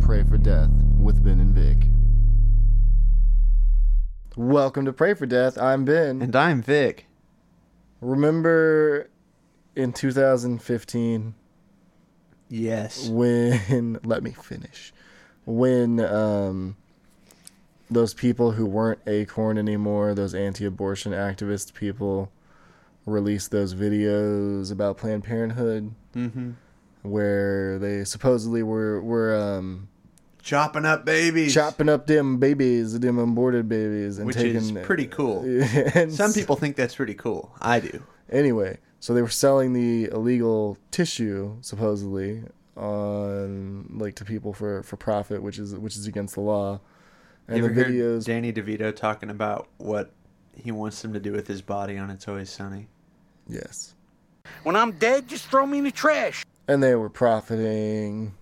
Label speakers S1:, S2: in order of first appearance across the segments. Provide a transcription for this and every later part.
S1: Pray for Death with Ben and Vic. Welcome to Pray for Death. I'm Ben.
S2: And I'm Vic.
S1: Remember in 2015
S2: Yes.
S1: when let me finish. When um those people who weren't acorn anymore, those anti-abortion activist people released those videos about Planned Parenthood
S2: Mm-hmm.
S1: where they supposedly were were um
S2: Chopping up babies.
S1: chopping up them babies, them aborted babies, and
S2: Which
S1: taking
S2: is pretty cool.
S1: and
S2: Some
S1: s-
S2: people think that's pretty cool. I do.
S1: anyway. So they were selling the illegal tissue supposedly on like to people for for profit, which is which is against the law. And
S2: you
S1: the
S2: ever heard
S1: videos,
S2: Danny DeVito talking about what he wants them to do with his body on It's Always Sunny?
S1: yes,
S3: When I'm dead, just throw me in the trash.
S1: and they were profiting,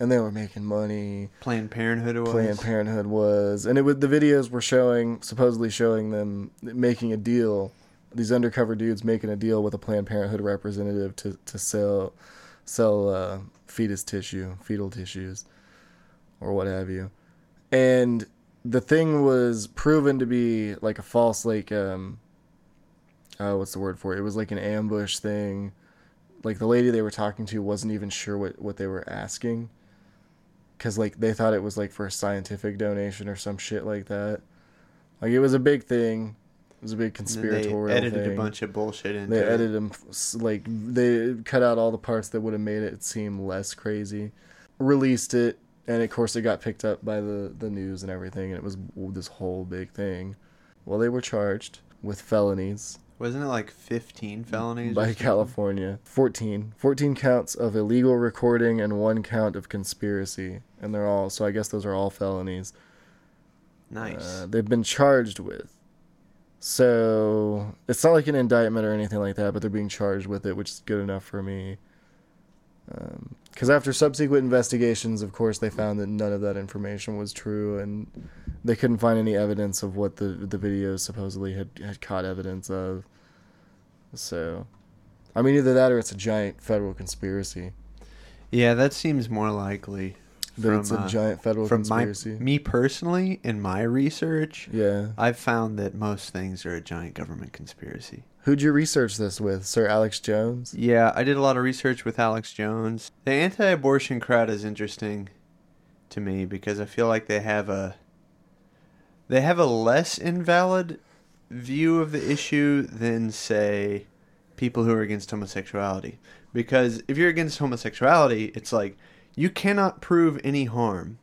S1: and they were making money.
S2: Planned Parenthood was.
S1: Planned Parenthood was, and it was the videos were showing supposedly showing them making a deal. These undercover dudes making a deal with a Planned Parenthood representative to to sell sell uh, fetus tissue, fetal tissues, or what have you. And the thing was proven to be like a false, like um, oh, what's the word for it? It was like an ambush thing. Like the lady they were talking to wasn't even sure what what they were asking because like they thought it was like for a scientific donation or some shit like that. Like it was a big thing. It was a big
S2: And then
S1: conspiratorial
S2: they edited
S1: thing.
S2: a bunch of bullshit into
S1: They
S2: it.
S1: edited them like they cut out all the parts that would have made it seem less crazy. Released it, and of course it got picked up by the the news and everything, and it was this whole big thing. Well, they were charged with felonies
S2: Wasn't it like 15 felonies?
S1: by California. 14. 14 counts of illegal recording and one count of conspiracy. And they're all, so I guess those are all felonies.
S2: nice.
S1: uh, they've been charged with. So it's not like an indictment or anything like that, but they're being charged with it, which is good enough for me. Because after subsequent investigations, of course, they found that none of that information was true, and they couldn't find any evidence of what the the videos supposedly had, had caught evidence of. So, I mean, either that or it's a giant federal conspiracy.
S2: yeah, that seems more likely.
S1: That it's a
S2: uh,
S1: giant federal
S2: from
S1: conspiracy.
S2: My, me personally, in my research,
S1: yeah.
S2: I've found that most things are a giant government conspiracy.
S1: Who'd you research this with, Sir Alex Jones?
S2: Yeah, I did a lot of research with Alex Jones. The anti abortion crowd is interesting to me because I feel like they have a they have a less invalid view of the issue than say people who are against homosexuality. Because if you're against homosexuality, it's like you cannot prove any harm.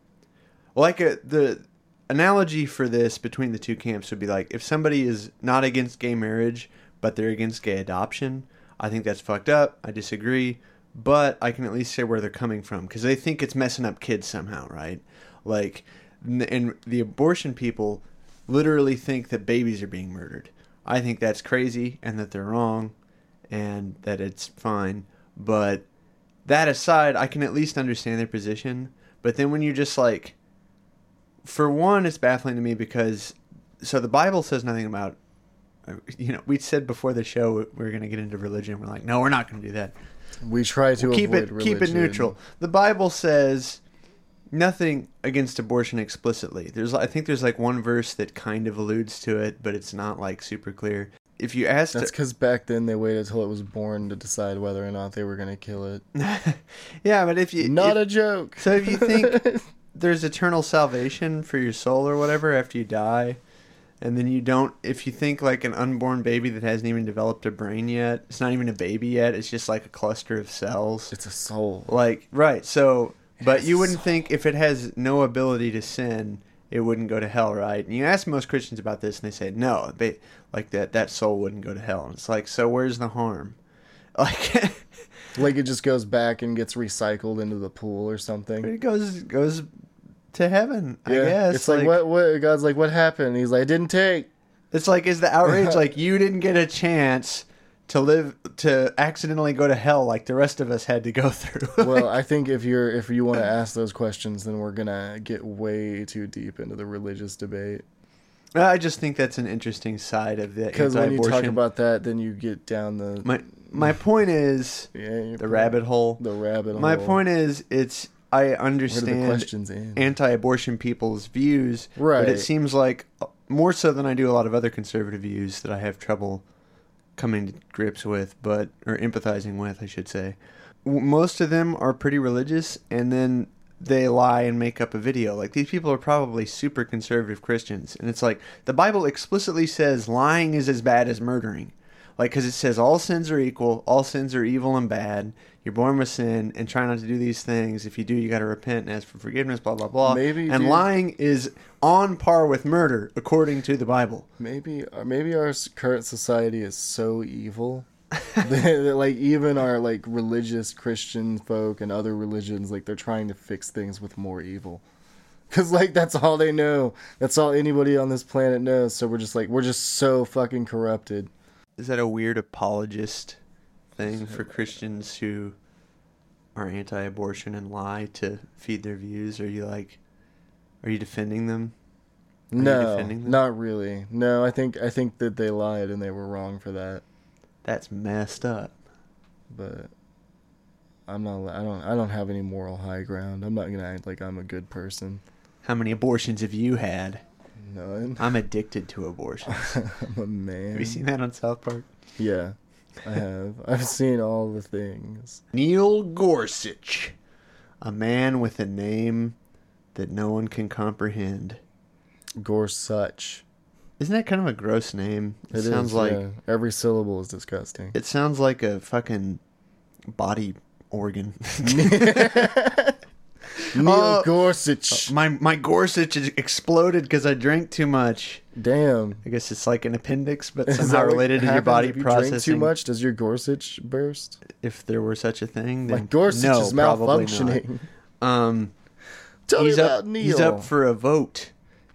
S2: Like a, the analogy for this between the two camps would be like if somebody is not against gay marriage but they're against gay adoption, I think that's fucked up. I disagree, but I can at least say where they're coming from because they think it's messing up kids somehow, right? Like, n- and the abortion people literally think that babies are being murdered. I think that's crazy and that they're wrong and that it's fine, but that aside, I can at least understand their position. But then when you're just like, for one, it's baffling to me because so the Bible says nothing about, you know, we said before the show we are going to get into religion. We're like, no, we're not going to do that.
S1: We try to
S2: keep
S1: avoid
S2: it keep it
S1: religion.
S2: neutral. The Bible says nothing against abortion explicitly. There's I think there's like one verse that kind of alludes to it, but it's not like super clear. If you asked
S1: That's because back then they waited till it was born to decide whether or not they were going to kill it.
S2: Yeah, but if you
S1: Not
S2: if-
S1: a joke.
S2: So if you think there's eternal salvation for your soul or whatever after you die, and then you don't, if you think like an unborn baby that hasn't even developed a brain yet, it's not even a baby yet, it's just like a cluster of cells.
S1: it's a soul.
S2: Like, right, so, but
S1: has
S2: you
S1: a
S2: wouldn't think if it has no ability to sin, it wouldn't go to hell, right? And you ask most Christians about this, and they say, no, they, like that, that soul wouldn't go to hell. And it's like, so where's the harm? Like,
S1: Like it just goes back and gets recycled into the pool or something.
S2: it goes goes to heaven, I
S1: Yeah.
S2: guess.
S1: It's like, what? What? God's like, what happened? He's like, I didn't take.
S2: It's like is the outrage like you didn't get a chance to live to accidentally go to hell like the rest of us had to go through.
S1: Well, I think if you're if you want to ask those questions, then we're gonna get way too deep into the religious debate.
S2: I just think that's an interesting side of the
S1: Because when you talk
S2: anti-abortion-
S1: about that, then you get down the
S2: my my point is
S1: yeah,
S2: the rabbit hole.
S1: the rabbit.
S2: My
S1: hole.
S2: point is it's I
S1: Where do the
S2: understand
S1: questions end?
S2: anti-abortion people's views, but
S1: Right.
S2: it seems like uh, more so than I do a lot of other conservative views that I have trouble coming to grips with, but or empathizing with, I should say. W- Most of them are pretty religious, and then they lie and make up a video. Like these people are probably super conservative Christians, and it's like the Bible explicitly says lying is as bad as murdering. Like, because it says all sins are equal, all sins are evil and bad. You're born with sin, and try not to do these things. If you do, you got to repent and ask for forgiveness. Blah blah blah.
S1: Maybe,
S2: and
S1: dude.
S2: lying is on par with murder according to the Bible.
S1: Maybe, or maybe our s- current society is so evil that, that, like, even our like religious Christian folk and other religions, like, they're trying to fix things with more evil. Cause like that's all they know. That's all anybody on this planet knows. So we're just like we're just so fucking corrupted.
S2: Is that a weird apologist thing for Christians who are anti-abortion and lie to feed their views? Are you like, are you defending them? you
S1: No,
S2: defending them?
S1: not really. No, I think I think that they lied and they were wrong for that.
S2: That's messed up.
S1: But I'm not. I don't. I don't have any moral high ground. I'm not gonna act like I'm a good person.
S2: How many abortions have you had?
S1: None.
S2: I'm addicted to abortion. Have
S1: I'm a man.
S2: you seen that on South Park?
S1: Yeah, I have. I've seen all the things.
S2: Neil Gorsuch, a man with a name that no one can comprehend.
S1: Gorsuch.
S2: Isn't that kind of a gross name? It,
S1: It
S2: sounds
S1: is,
S2: like
S1: yeah. every syllable is disgusting.
S2: it sounds like a fucking body organ.
S1: Neil
S2: Uh,
S1: Gorsuch.
S2: my my Gorsuch is exploded because I drank too much.
S1: Damn.
S2: I guess it's like an appendix, but
S1: Is
S2: somehow
S1: that what
S2: related to your
S1: happens
S2: body
S1: if you
S2: processing.
S1: Drink too much. Does your Gorsuch burst?
S2: If there were such a thing, then
S1: My Gorsuch
S2: no,
S1: is
S2: probably not.
S1: malfunctioning.
S2: Um,
S1: Tell
S2: he's
S1: me about
S2: up.
S1: Neil.
S2: He's up for a vote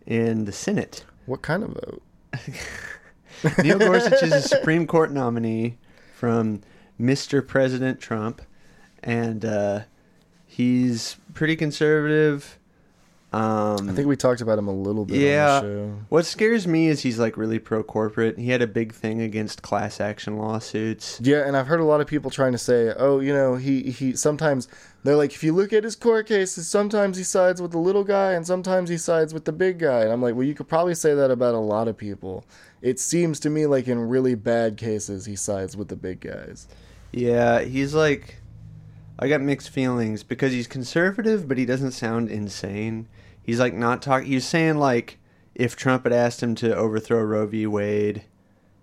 S2: in the Senate.
S1: what kind of vote?
S2: Neil Gorsuch is a Supreme Court nominee from Mr. President Trump, and uh, he's pretty conservative. Um,
S1: I think we talked about him a little bit
S2: yeah.
S1: on the show.
S2: What scares me is he's like really pro corporate. He had a big thing against class action lawsuits.
S1: Yeah, and I've heard a lot of people trying to say, "Oh, you know, he he sometimes they're like if you look at his court cases, sometimes he sides with the little guy and sometimes he sides with the big guy." And I'm like, "Well, you could probably say that about a lot of people. It seems to me like in really bad cases he sides with the big guys."
S2: Yeah, he's like I got mixed feelings because he's conservative, but he doesn't sound insane. He's like not talking. He's saying like if Trump had asked him to overthrow Roe v. Wade,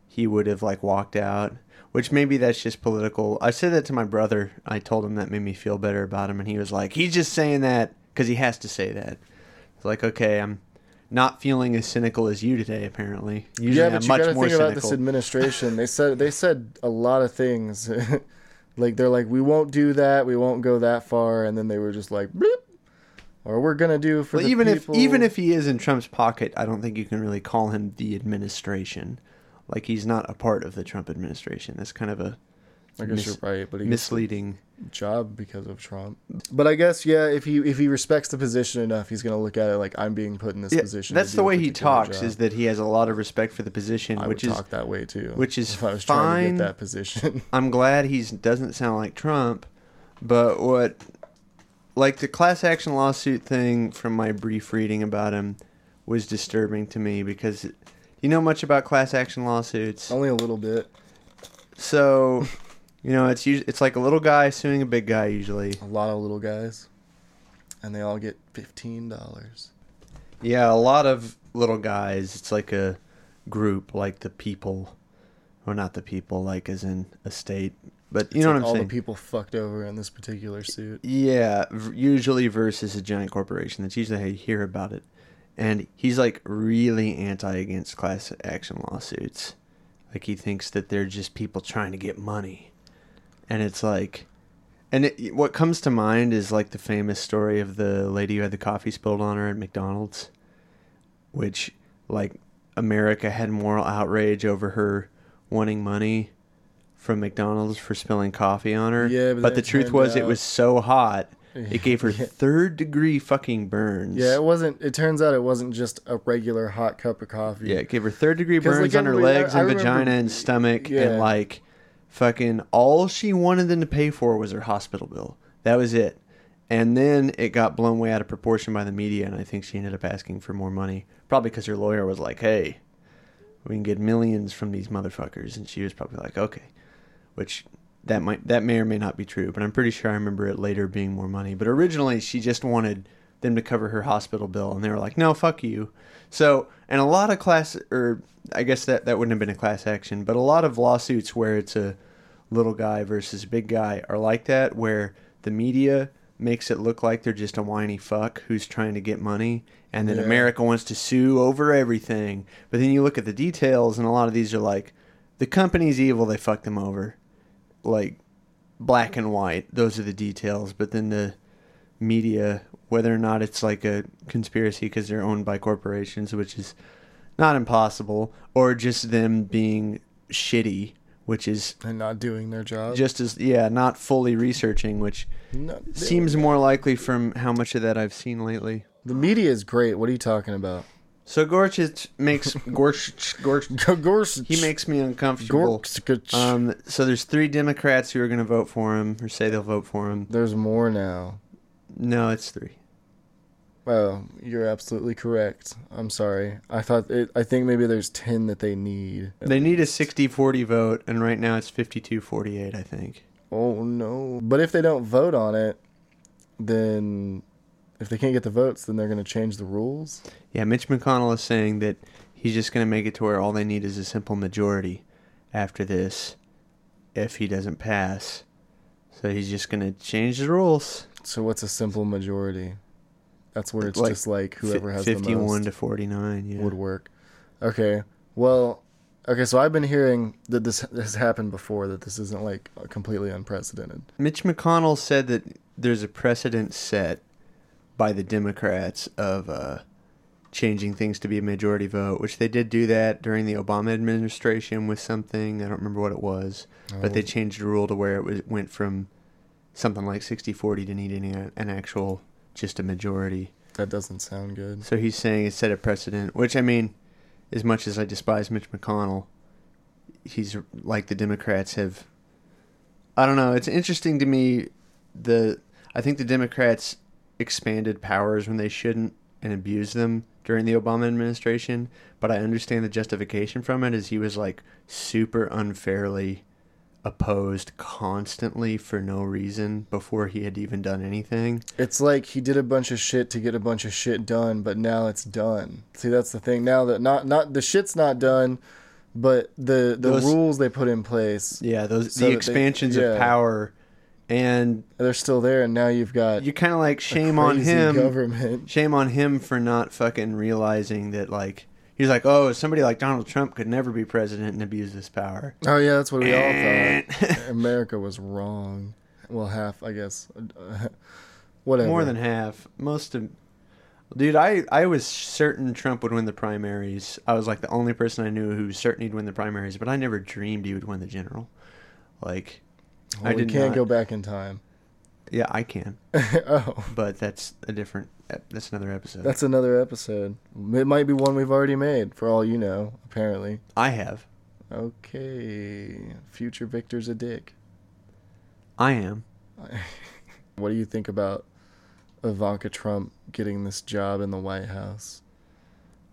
S2: he would have like walked out. Which maybe that's just political. I said that to my brother. I told him that made me feel better about him, and he was like, he's just saying that because he has to say that. It's like okay, I'm not feeling as cynical as you today. Apparently, usually
S1: yeah,
S2: I'm
S1: but you
S2: much
S1: got to
S2: more
S1: think about
S2: cynical.
S1: this administration. they said they said a lot of things. like they're like, "We won't do that. We won't go that far." And then they were just like, "Bloop." Or we're gonna do for
S2: Well,
S1: the
S2: even
S1: people."
S2: if even if he is in Trump's pocket, I don't think you can really call him the administration. Like he's not a part of the Trump administration. That's kind of a
S1: I guess
S2: mis-
S1: you're right, but he gets the
S2: misleading.
S1: job because of Trump. But I guess yeah, if he if he respects the position enough, he's gonna look at it like I'm being put in this
S2: Yeah,
S1: position. to
S2: that's
S1: do
S2: the
S1: a
S2: way he
S1: particular
S2: talks.
S1: job.
S2: Is that he has a lot of respect for the position,
S1: I
S2: which
S1: would
S2: is
S1: talk that way too.
S2: which is
S1: if I was
S2: fine.
S1: trying to get that position.
S2: I'm glad he doesn't sound like Trump, but what, like the class action lawsuit thing from my brief reading about him, was disturbing to me because, you know much about class action lawsuits?
S1: Only a little bit.
S2: So, you know, it's usually, it's like a little guy suing a big guy usually.
S1: A lot of little guys, and they all get fifteen dollars.
S2: Yeah, a lot of little guys. It's like a group, like the people, or not the people, like as in a state. But you know what I'm
S1: all
S2: saying?
S1: the people fucked over in this particular suit.
S2: Yeah, v- usually versus a giant corporation. That's usually how you hear about it. And he's like really anti against class action lawsuits. Like he thinks that they're just people trying to get money. And it's like, and it, what comes to mind is like the famous story of the lady who had the coffee spilled on her at McDonald's, which like America had moral outrage over her wanting money from McDonald's for spilling coffee on her.
S1: Yeah, but
S2: but
S1: then
S2: the
S1: it
S2: truth
S1: turned
S2: was it
S1: out-
S2: was so hot it gave her
S1: Yeah.
S2: third degree fucking burns.
S1: Yeah, it wasn't. It turns out it wasn't just a regular hot cup of coffee.
S2: Yeah, it gave her third degree
S1: 'Cause, like,
S2: burns on her
S1: everybody- I-
S2: legs
S1: I
S2: and
S1: remember-
S2: vagina and stomach
S1: Yeah.
S2: and like fucking all she wanted them to pay for was her hospital bill. That was it. And then it got blown way out of proportion by the media, and I think she ended up asking for more money. Probably because her lawyer was like, hey, we can get millions from these motherfuckers. And she was probably like, okay. Which that might that may or may not be true, but I'm pretty sure I remember it later being more money. But originally she just wanted them to cover her hospital bill and they were like, No, fuck you. So and a lot of class or I guess that, that wouldn't have been a class action, but a lot of lawsuits where it's a little guy versus big guy are like that where the media makes it look like they're just a whiny fuck who's trying to get money and then
S1: Yeah.
S2: America wants to sue over everything. But then you look at the details and a lot of these are like the company's evil, they fucked them over like black and white. Those are the details. But then the media, whether or not it's like a conspiracy because they're owned by corporations, which is not impossible, or just them being shitty, which is
S1: and not doing their job.
S2: just as, yeah, not fully researching, which
S1: Not doing-
S2: seems more likely from how much of that I've seen lately.
S1: the media is great. What are you talking about?
S2: So Gorchich makes Gorchich Gorchich
S1: Gorsuch.
S2: he makes me uncomfortable.
S1: Gorsuch.
S2: Um, so there's three Democrats who are going to vote for him or say they'll vote for him.
S1: There's more now.
S2: No, it's three.
S1: Oh, you're absolutely correct. I'm sorry. I thought it, I think maybe there's ten that they need.
S2: They need a 60-40 vote, and right now it's 52-48, I think.
S1: Oh no! But if they don't vote on it, then if they can't get the votes, then they're going to change the rules.
S2: Yeah, Mitch McConnell is saying that he's just going to make it to where all they need is a simple majority after this if he doesn't pass. So he's just going to change the rules.
S1: So what's a simple majority? That's where it's
S2: Like,
S1: just like whoever
S2: Fi-
S1: has
S2: 51
S1: the most
S2: to 49, yeah.
S1: would work. Okay. Well, okay. So I've been hearing that this has happened before. That this isn't like completely unprecedented.
S2: Mitch McConnell said that there's a precedent set by the Democrats of uh, changing things to be a majority vote, which they did do that during the Obama administration with something. I don't remember what it was, but
S1: Oh.
S2: they changed the rule to where it was, went from something like 60 40 to needing a, an actual, just a majority.
S1: That doesn't sound good.
S2: So he's saying it set a precedent, which I mean, as much as I despise Mitch McConnell, he's like the Democrats have. I don't know. It's interesting to me. The I think the Democrats expanded powers when they shouldn't and abused them during the Obama administration. But I understand the justification from it is he was like super unfairly opposed constantly for no reason before he had even done anything.
S1: It's like he did a bunch of shit to get a bunch of shit done, but now it's done. See, that's the thing. Now that not not the shit's not done, but the the
S2: Those-
S1: rules they put in place
S2: Yeah, those
S1: So that
S2: the
S1: they-
S2: expansions
S1: yeah.
S2: of power, and
S1: they're still there, and now you've got
S2: you kind of like shame on
S1: crazy
S2: him.
S1: government.
S2: Shame on him for not fucking realizing that like he's like, oh, somebody like Donald Trump could never be president and abuse this power.
S1: Oh yeah, that's what we all thought. America was wrong. Well, half I guess. Whatever.
S2: More than half, most of. Dude, I, I was certain Trump would win the primaries. I was like the only person I knew who was certain he'd win the primaries, but I never dreamed he would win the general. Like,
S1: Well,
S2: I
S1: we
S2: did
S1: can't
S2: not-
S1: go back in time.
S2: yeah, I can,
S1: oh,
S2: but that's a different. That's another episode.
S1: that's another episode. It might be one we've already made, for all you know. Apparently.
S2: I have.
S1: Okay. Future Victor's a dick.
S2: I am.
S1: What do you think about Ivanka Trump getting this job in the White House?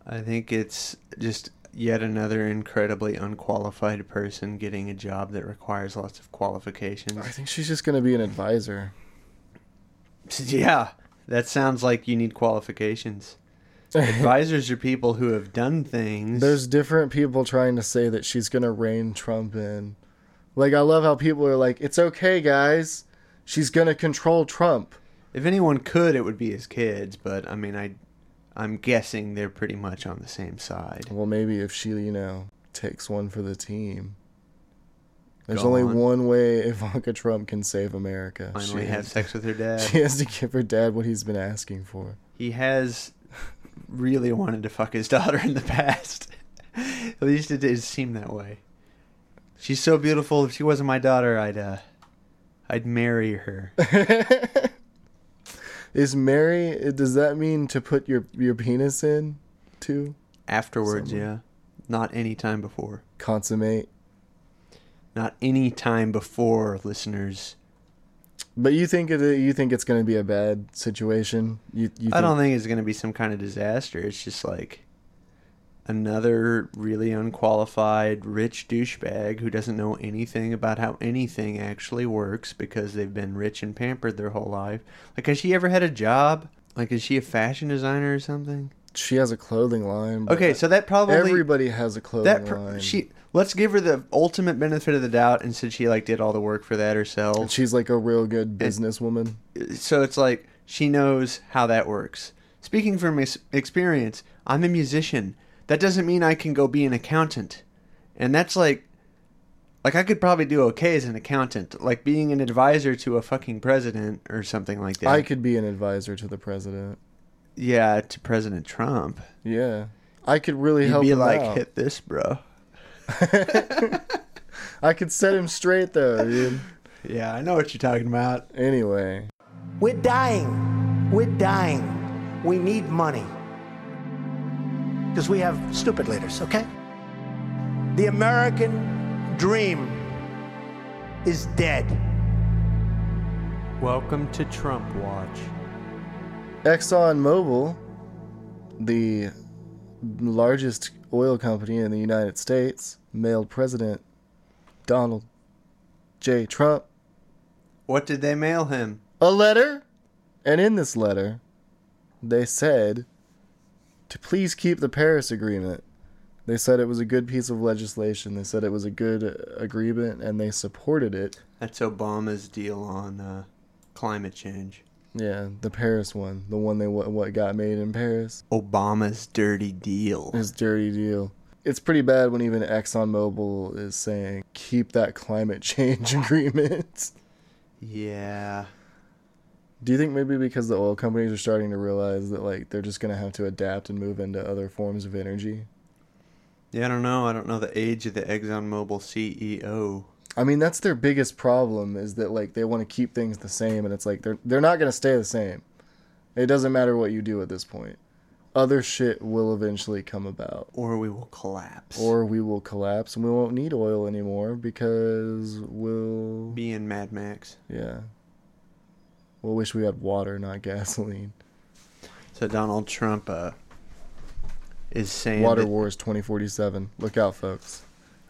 S2: I think it's just yet another incredibly unqualified person getting a job that requires lots of
S1: I
S2: qualifications.
S1: think she's just going to be an advisor.
S2: Yeah, that sounds like you need qualifications. Advisors are people who have done things.
S1: There's different people trying to say that she's going to rein Trump in. Like, I love how people are like, it's okay, guys. She's going to control Trump.
S2: if anyone could, it would be his kids, but I mean, I, I'm guessing they're pretty much on the same side.
S1: Well, maybe if she, you know, takes one for the team. There's
S2: Go
S1: only
S2: on.
S1: one way Ivanka Trump can save America.
S2: Finally,
S1: she,
S2: have sex with her dad.
S1: she has to give her dad what he's been asking for.
S2: he has really wanted to fuck his daughter in the past. At least it did seem that way. She's so beautiful. If she wasn't my daughter, I'd uh, I'd marry her.
S1: Is marry? Does that mean to put your your penis in, to
S2: Afterwards,
S1: Somewhere.
S2: yeah. Not any time before.
S1: consummate?
S2: Not any time before, listeners.
S1: But you think it, you think it's going to be a bad situation? You, you think,
S2: I don't think it's going to be some kind of disaster. It's just like another really unqualified rich douchebag who doesn't know anything about how anything actually works because they've been rich and pampered their whole life. Like, has she ever had a job? Like, is she a fashion designer or something?
S1: she has a clothing line. but
S2: Okay, so that probably
S1: everybody has a clothing
S2: that pr-
S1: line.
S2: she let's give her the ultimate benefit of the doubt and said she like did all the work for that herself.
S1: She's like a real good businesswoman.
S2: so it's like she knows how that works. Speaking from ex- experience, I'm a musician. That doesn't mean I can go be an accountant. And that's like like I could probably do okay as an accountant, like being an advisor to a fucking president or something like that.
S1: I could be an advisor to the president.
S2: yeah, to President Trump.
S1: Yeah, I could really
S2: You'd
S1: help
S2: be
S1: him
S2: like,
S1: out.
S2: "Hit this, bro."
S1: I could set him straight though, dude.
S2: Yeah, I know what you're talking about.
S1: Anyway,
S4: We're dying. We're dying. We need money. Because we have stupid leaders, okay? The American dream is dead.
S2: Welcome to Trump Watch.
S1: ExxonMobil, the largest oil company in the United States, mailed President Donald J. Trump
S2: What did they mail him?
S1: a letter, and in this letter, they said to please keep the Paris Agreement. They said it was a good piece of legislation. They said it was a good uh, agreement, and they supported it.
S2: That's Obama's deal on uh, climate change.
S1: Yeah, the Paris one, the one they what, what got made in Paris,
S2: Obama's dirty deal.
S1: his dirty deal. It's pretty bad when even ExxonMobil is saying keep that climate change agreement.
S2: Yeah.
S1: Do you think maybe because the oil companies are starting to realize that like they're just gonna have to adapt and move into other forms of energy?
S2: Yeah, I don't know. I don't know the age of the ExxonMobil CEO.
S1: I mean, that's their biggest problem is that like they want to keep things the same, and it's like they're they're not gonna stay the same. It doesn't matter what you do at this point. Other shit will eventually come about,
S2: Or we will collapse.
S1: or we will collapse and we won't need oil anymore because we'll
S2: be in Mad Max.
S1: yeah. We'll wish we had water, not gasoline.
S2: So Donald Trump uh, is saying.
S1: water
S2: that-
S1: wars 2047. Look out, folks.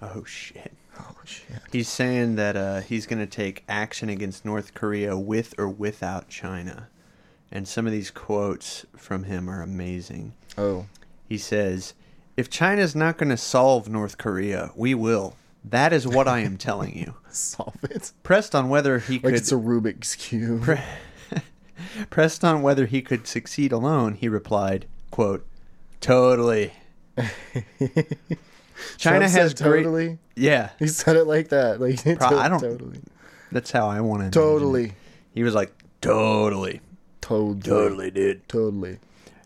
S2: oh, shit.
S1: Oh shit.
S2: He's saying that uh, he's going to take action against North Korea with or without China. And some of these quotes from him are amazing.
S1: Oh,
S2: He says, If China's not going to solve North Korea, we will. That is what I am telling you.
S1: solve it.
S2: Pressed on whether he
S1: Like
S2: could
S1: it's a Rubik's cube.
S2: pressed on whether he could succeed alone, he replied, quote, Totally. China
S1: Trump said
S2: has great-
S1: totally.
S2: Yeah.
S1: He said it like that. Like he
S2: Pro-
S1: to-
S2: I don't-
S1: totally.
S2: That's how I wanted
S1: Totally.
S2: He was like, Totally.
S1: Totally.
S2: Totally, dude.
S1: Totally.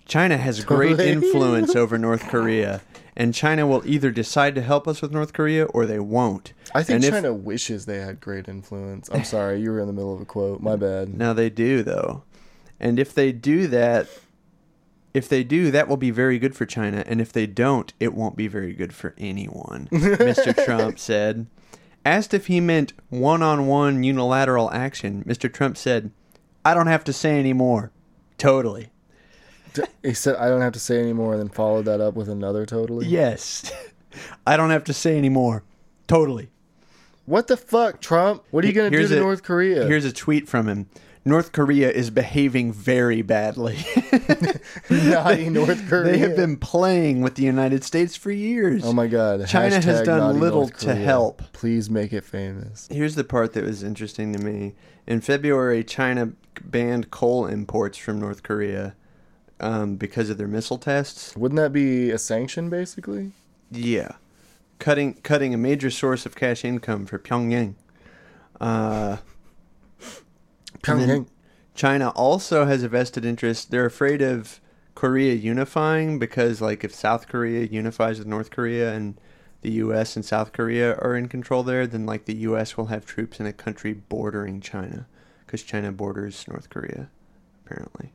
S2: China has great
S1: Totally.
S2: influence over North Korea, and China will either decide to help us with North Korea or they won't.
S1: I think
S2: And if-
S1: China wishes they had great influence. I'm sorry, you were in the middle of a quote. My bad.
S2: No, they do though. And if they do that, if they do, that will be very good for China. And if they don't, it won't be very good for anyone. Mr. Trump said. Asked if he meant one-on-one unilateral action, Mr. Trump said, "I don't have to say any more. Totally.
S1: He said I don't have to say any more, and then followed that up with another totally.
S2: Yes. I don't have to say any more. Totally."
S1: What the fuck, Trump? What are you gonna do
S2: Here's
S1: to
S2: a-
S1: North Korea?
S2: Here's a tweet from him. North Korea is behaving very badly.
S1: naughty North Korea.
S2: They have been playing with the United States for years.
S1: Oh my God!
S2: China has
S1: Hashtag
S2: done
S1: naughty
S2: little
S1: North
S2: to
S1: Korea.
S2: help.
S1: Please make it famous.
S2: Here's the part that was interesting to me. In February, China banned coal imports from North Korea um, because of their missile tests.
S1: Wouldn't that be a sanction, basically?
S2: Yeah, cutting cutting a major source of cash income for Pyongyang. Uh, And then
S1: Pyongyang.
S2: China also has a vested interest. They're afraid of Korea unifying because, like, if South Korea unifies with North Korea and the U.S. and South Korea are in control there, then, like, the U.S. will have troops in a country bordering China because China borders North Korea, apparently.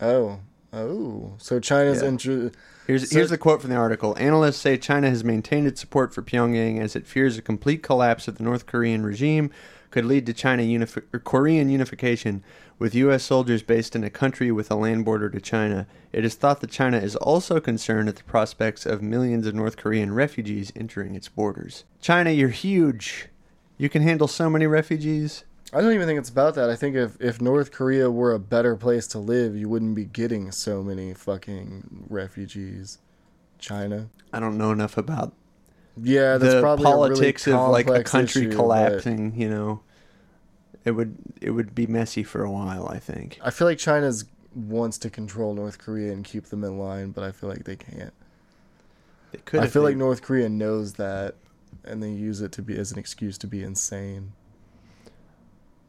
S1: Oh, Oh, so China's
S2: Yeah.
S1: intro.
S2: Here's,
S1: So-
S2: here's the quote from the article. Analysts say China has maintained its support for Pyongyang as it fears a complete collapse of the North Korean regime could lead to China unifi- or Korean unification with U.S. soldiers based in a country with a land border to China. It is thought that China is also concerned at the prospects of millions of North Korean refugees entering its borders. China, you're huge. You can handle so many refugees.
S1: I don't even think it's about that. I think if, if North Korea were a better place to live, you wouldn't be getting so many fucking refugees. China.
S2: I don't know enough about
S1: Yeah, that's
S2: the
S1: probably
S2: politics
S1: a really
S2: of like a
S1: complex
S2: country
S1: issue, but
S2: collapsing. You know, it would it would be messy for a while. I think.
S1: I feel like China's wants to control North Korea and keep them in line, but I feel like they can't.
S2: It could.
S1: I
S2: if
S1: feel
S2: they-
S1: like North Korea knows that, and they use it to be as an excuse to be insane.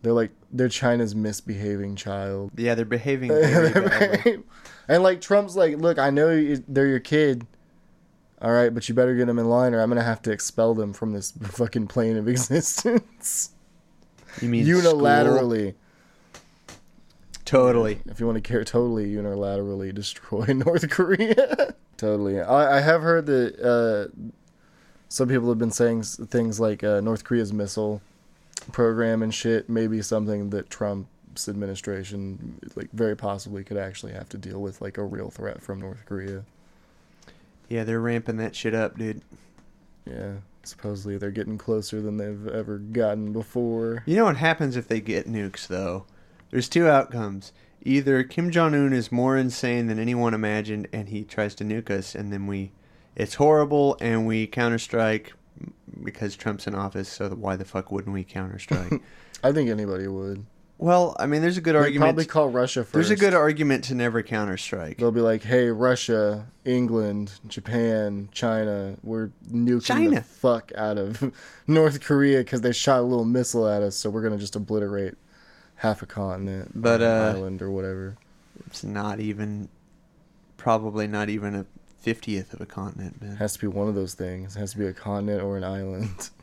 S1: They're like they're China's misbehaving child.
S2: Yeah, they're behaving. Very badly.
S1: and like Trump's like, look, I know you- they're your kid. All right, but you better get them in line, or I'm gonna have to expel them from this fucking plane of existence
S2: You mean school?
S1: unilaterally.
S2: Totally.
S1: If you want to care, totally unilaterally destroy North Korea. totally. I, I have heard that uh, some people have been saying s- things like uh, North Korea's missile program and shit may be something that Trump's administration, like, very possibly could actually have to deal with, like, a real threat from North Korea.
S2: Yeah, they're ramping that shit up, dude.
S1: Yeah. Supposedly they're getting closer than they've ever gotten before.
S2: You know what happens if they get nukes, though? There's two outcomes. Either Kim Jong Un is more insane than anyone imagined, and he tries to nuke us, and then we, it's horrible, and we counterstrike because Trump's in office. So why the fuck wouldn't we counterstrike?
S1: I think anybody would.
S2: well, I mean, there's a good
S1: They'd probably
S2: argument.
S1: call Russia first.
S2: There's a good argument to never counterstrike.
S1: They'll be like, "Hey, Russia, England, Japan, China, we're nuking the
S2: China.
S1: fuck out of North Korea because they shot a little missile at us, so we're gonna just obliterate half a continent,
S2: But,
S1: or an
S2: uh,
S1: island or whatever."
S2: It's not even, probably not even a fiftieth of a continent, man.
S1: has to be one of those things. It has to be a continent or an island.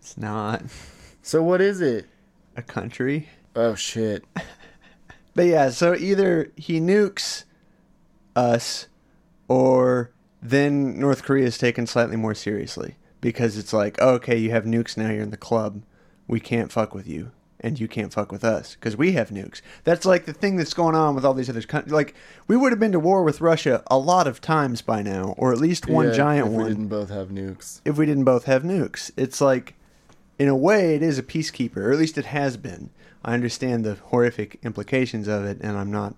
S2: It's not
S1: So what is it?
S2: a country.
S1: Oh shit!
S2: But yeah, so either he nukes us or then North Korea is taken slightly more seriously because it's like, okay, you have nukes now, you're in the club. We can't fuck with you and you can't fuck with us because we have nukes. That's like the thing that's going on with all these other countries. Like, we would have been to war with Russia a lot of times by now, or at least one
S1: Yeah,
S2: giant
S1: if
S2: one
S1: We didn't both have nukes.
S2: if we didn't both have nukes. It's like, in a way, it is a peacekeeper, or at least it has been. I understand the horrific implications of it, and I'm not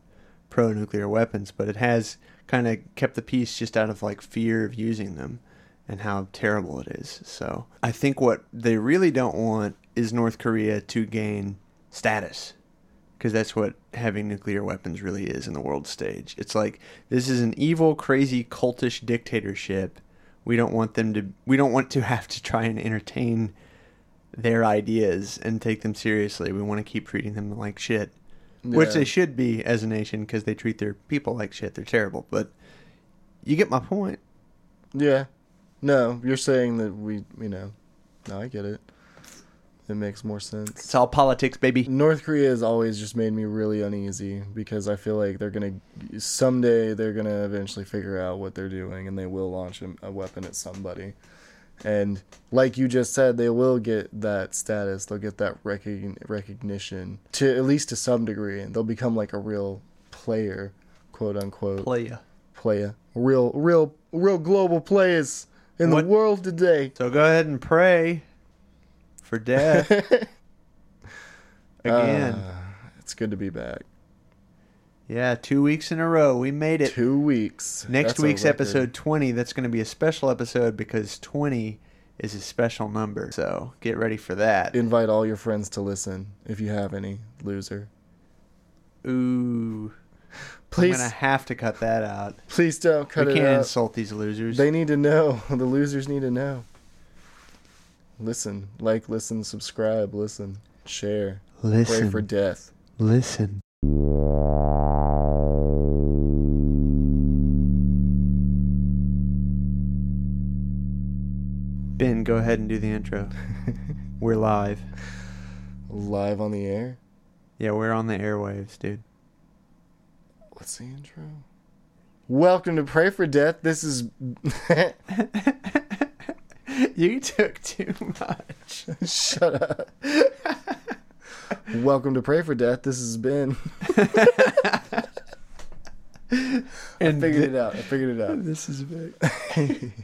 S2: pro nuclear weapons, but it has kind of kept the peace just out of like fear of using them and how terrible it is. So I think what they really don't want is North Korea to gain status because that's what having nuclear weapons really is in the world stage. It's like this is an evil, crazy, cultish dictatorship. We don't want them to. We don't want to have to try and entertain their ideas and take them seriously. We want to keep treating them like shit, which
S1: Yeah.
S2: they should be as a nation because they treat their people like shit. They're terrible, but you get my point.
S1: Yeah. No, you're saying that we, you know, no, I get it. It makes more sense.
S2: It's all politics, baby.
S1: North Korea has always just made me really uneasy because I feel like they're gonna someday they're gonna eventually figure out what they're doing and they will launch a, a weapon at somebody. And like you just said, they will get that status. They'll get that recogn recognition to at least to some degree, and they'll become like a real player, quote unquote,
S2: Playa.
S1: player, real, real, real global players in
S2: What-
S1: the world today.
S2: So go ahead and pray for death again.
S1: Uh, Ah, It's good to be back.
S2: Yeah, two weeks in a row. We made it.
S1: Two weeks.
S2: Next
S1: That's a
S2: week's
S1: record.
S2: episode 20, that's going to be a special episode because 20 is a special number. So get ready for that.
S1: invite all your friends to listen if you have any loser
S2: Ooh. I'm
S1: please
S2: going to have to cut that out.
S1: please don't cut
S2: we
S1: it
S2: can't
S1: out
S2: insult these losers.
S1: they need to know the losers need to know listen like listen subscribe listen share pray
S2: listen.
S1: for death
S2: listen. Ben, go ahead and do the intro. We're live.
S1: live on the air
S2: Yeah, we're on the airwaves, dude.
S1: What's the intro? Welcome to Pray for Death. This is
S2: You took too much.
S1: shut up. Welcome to Pray for Death. This has been
S2: And
S1: figured it out. I figured it out.
S2: this is big.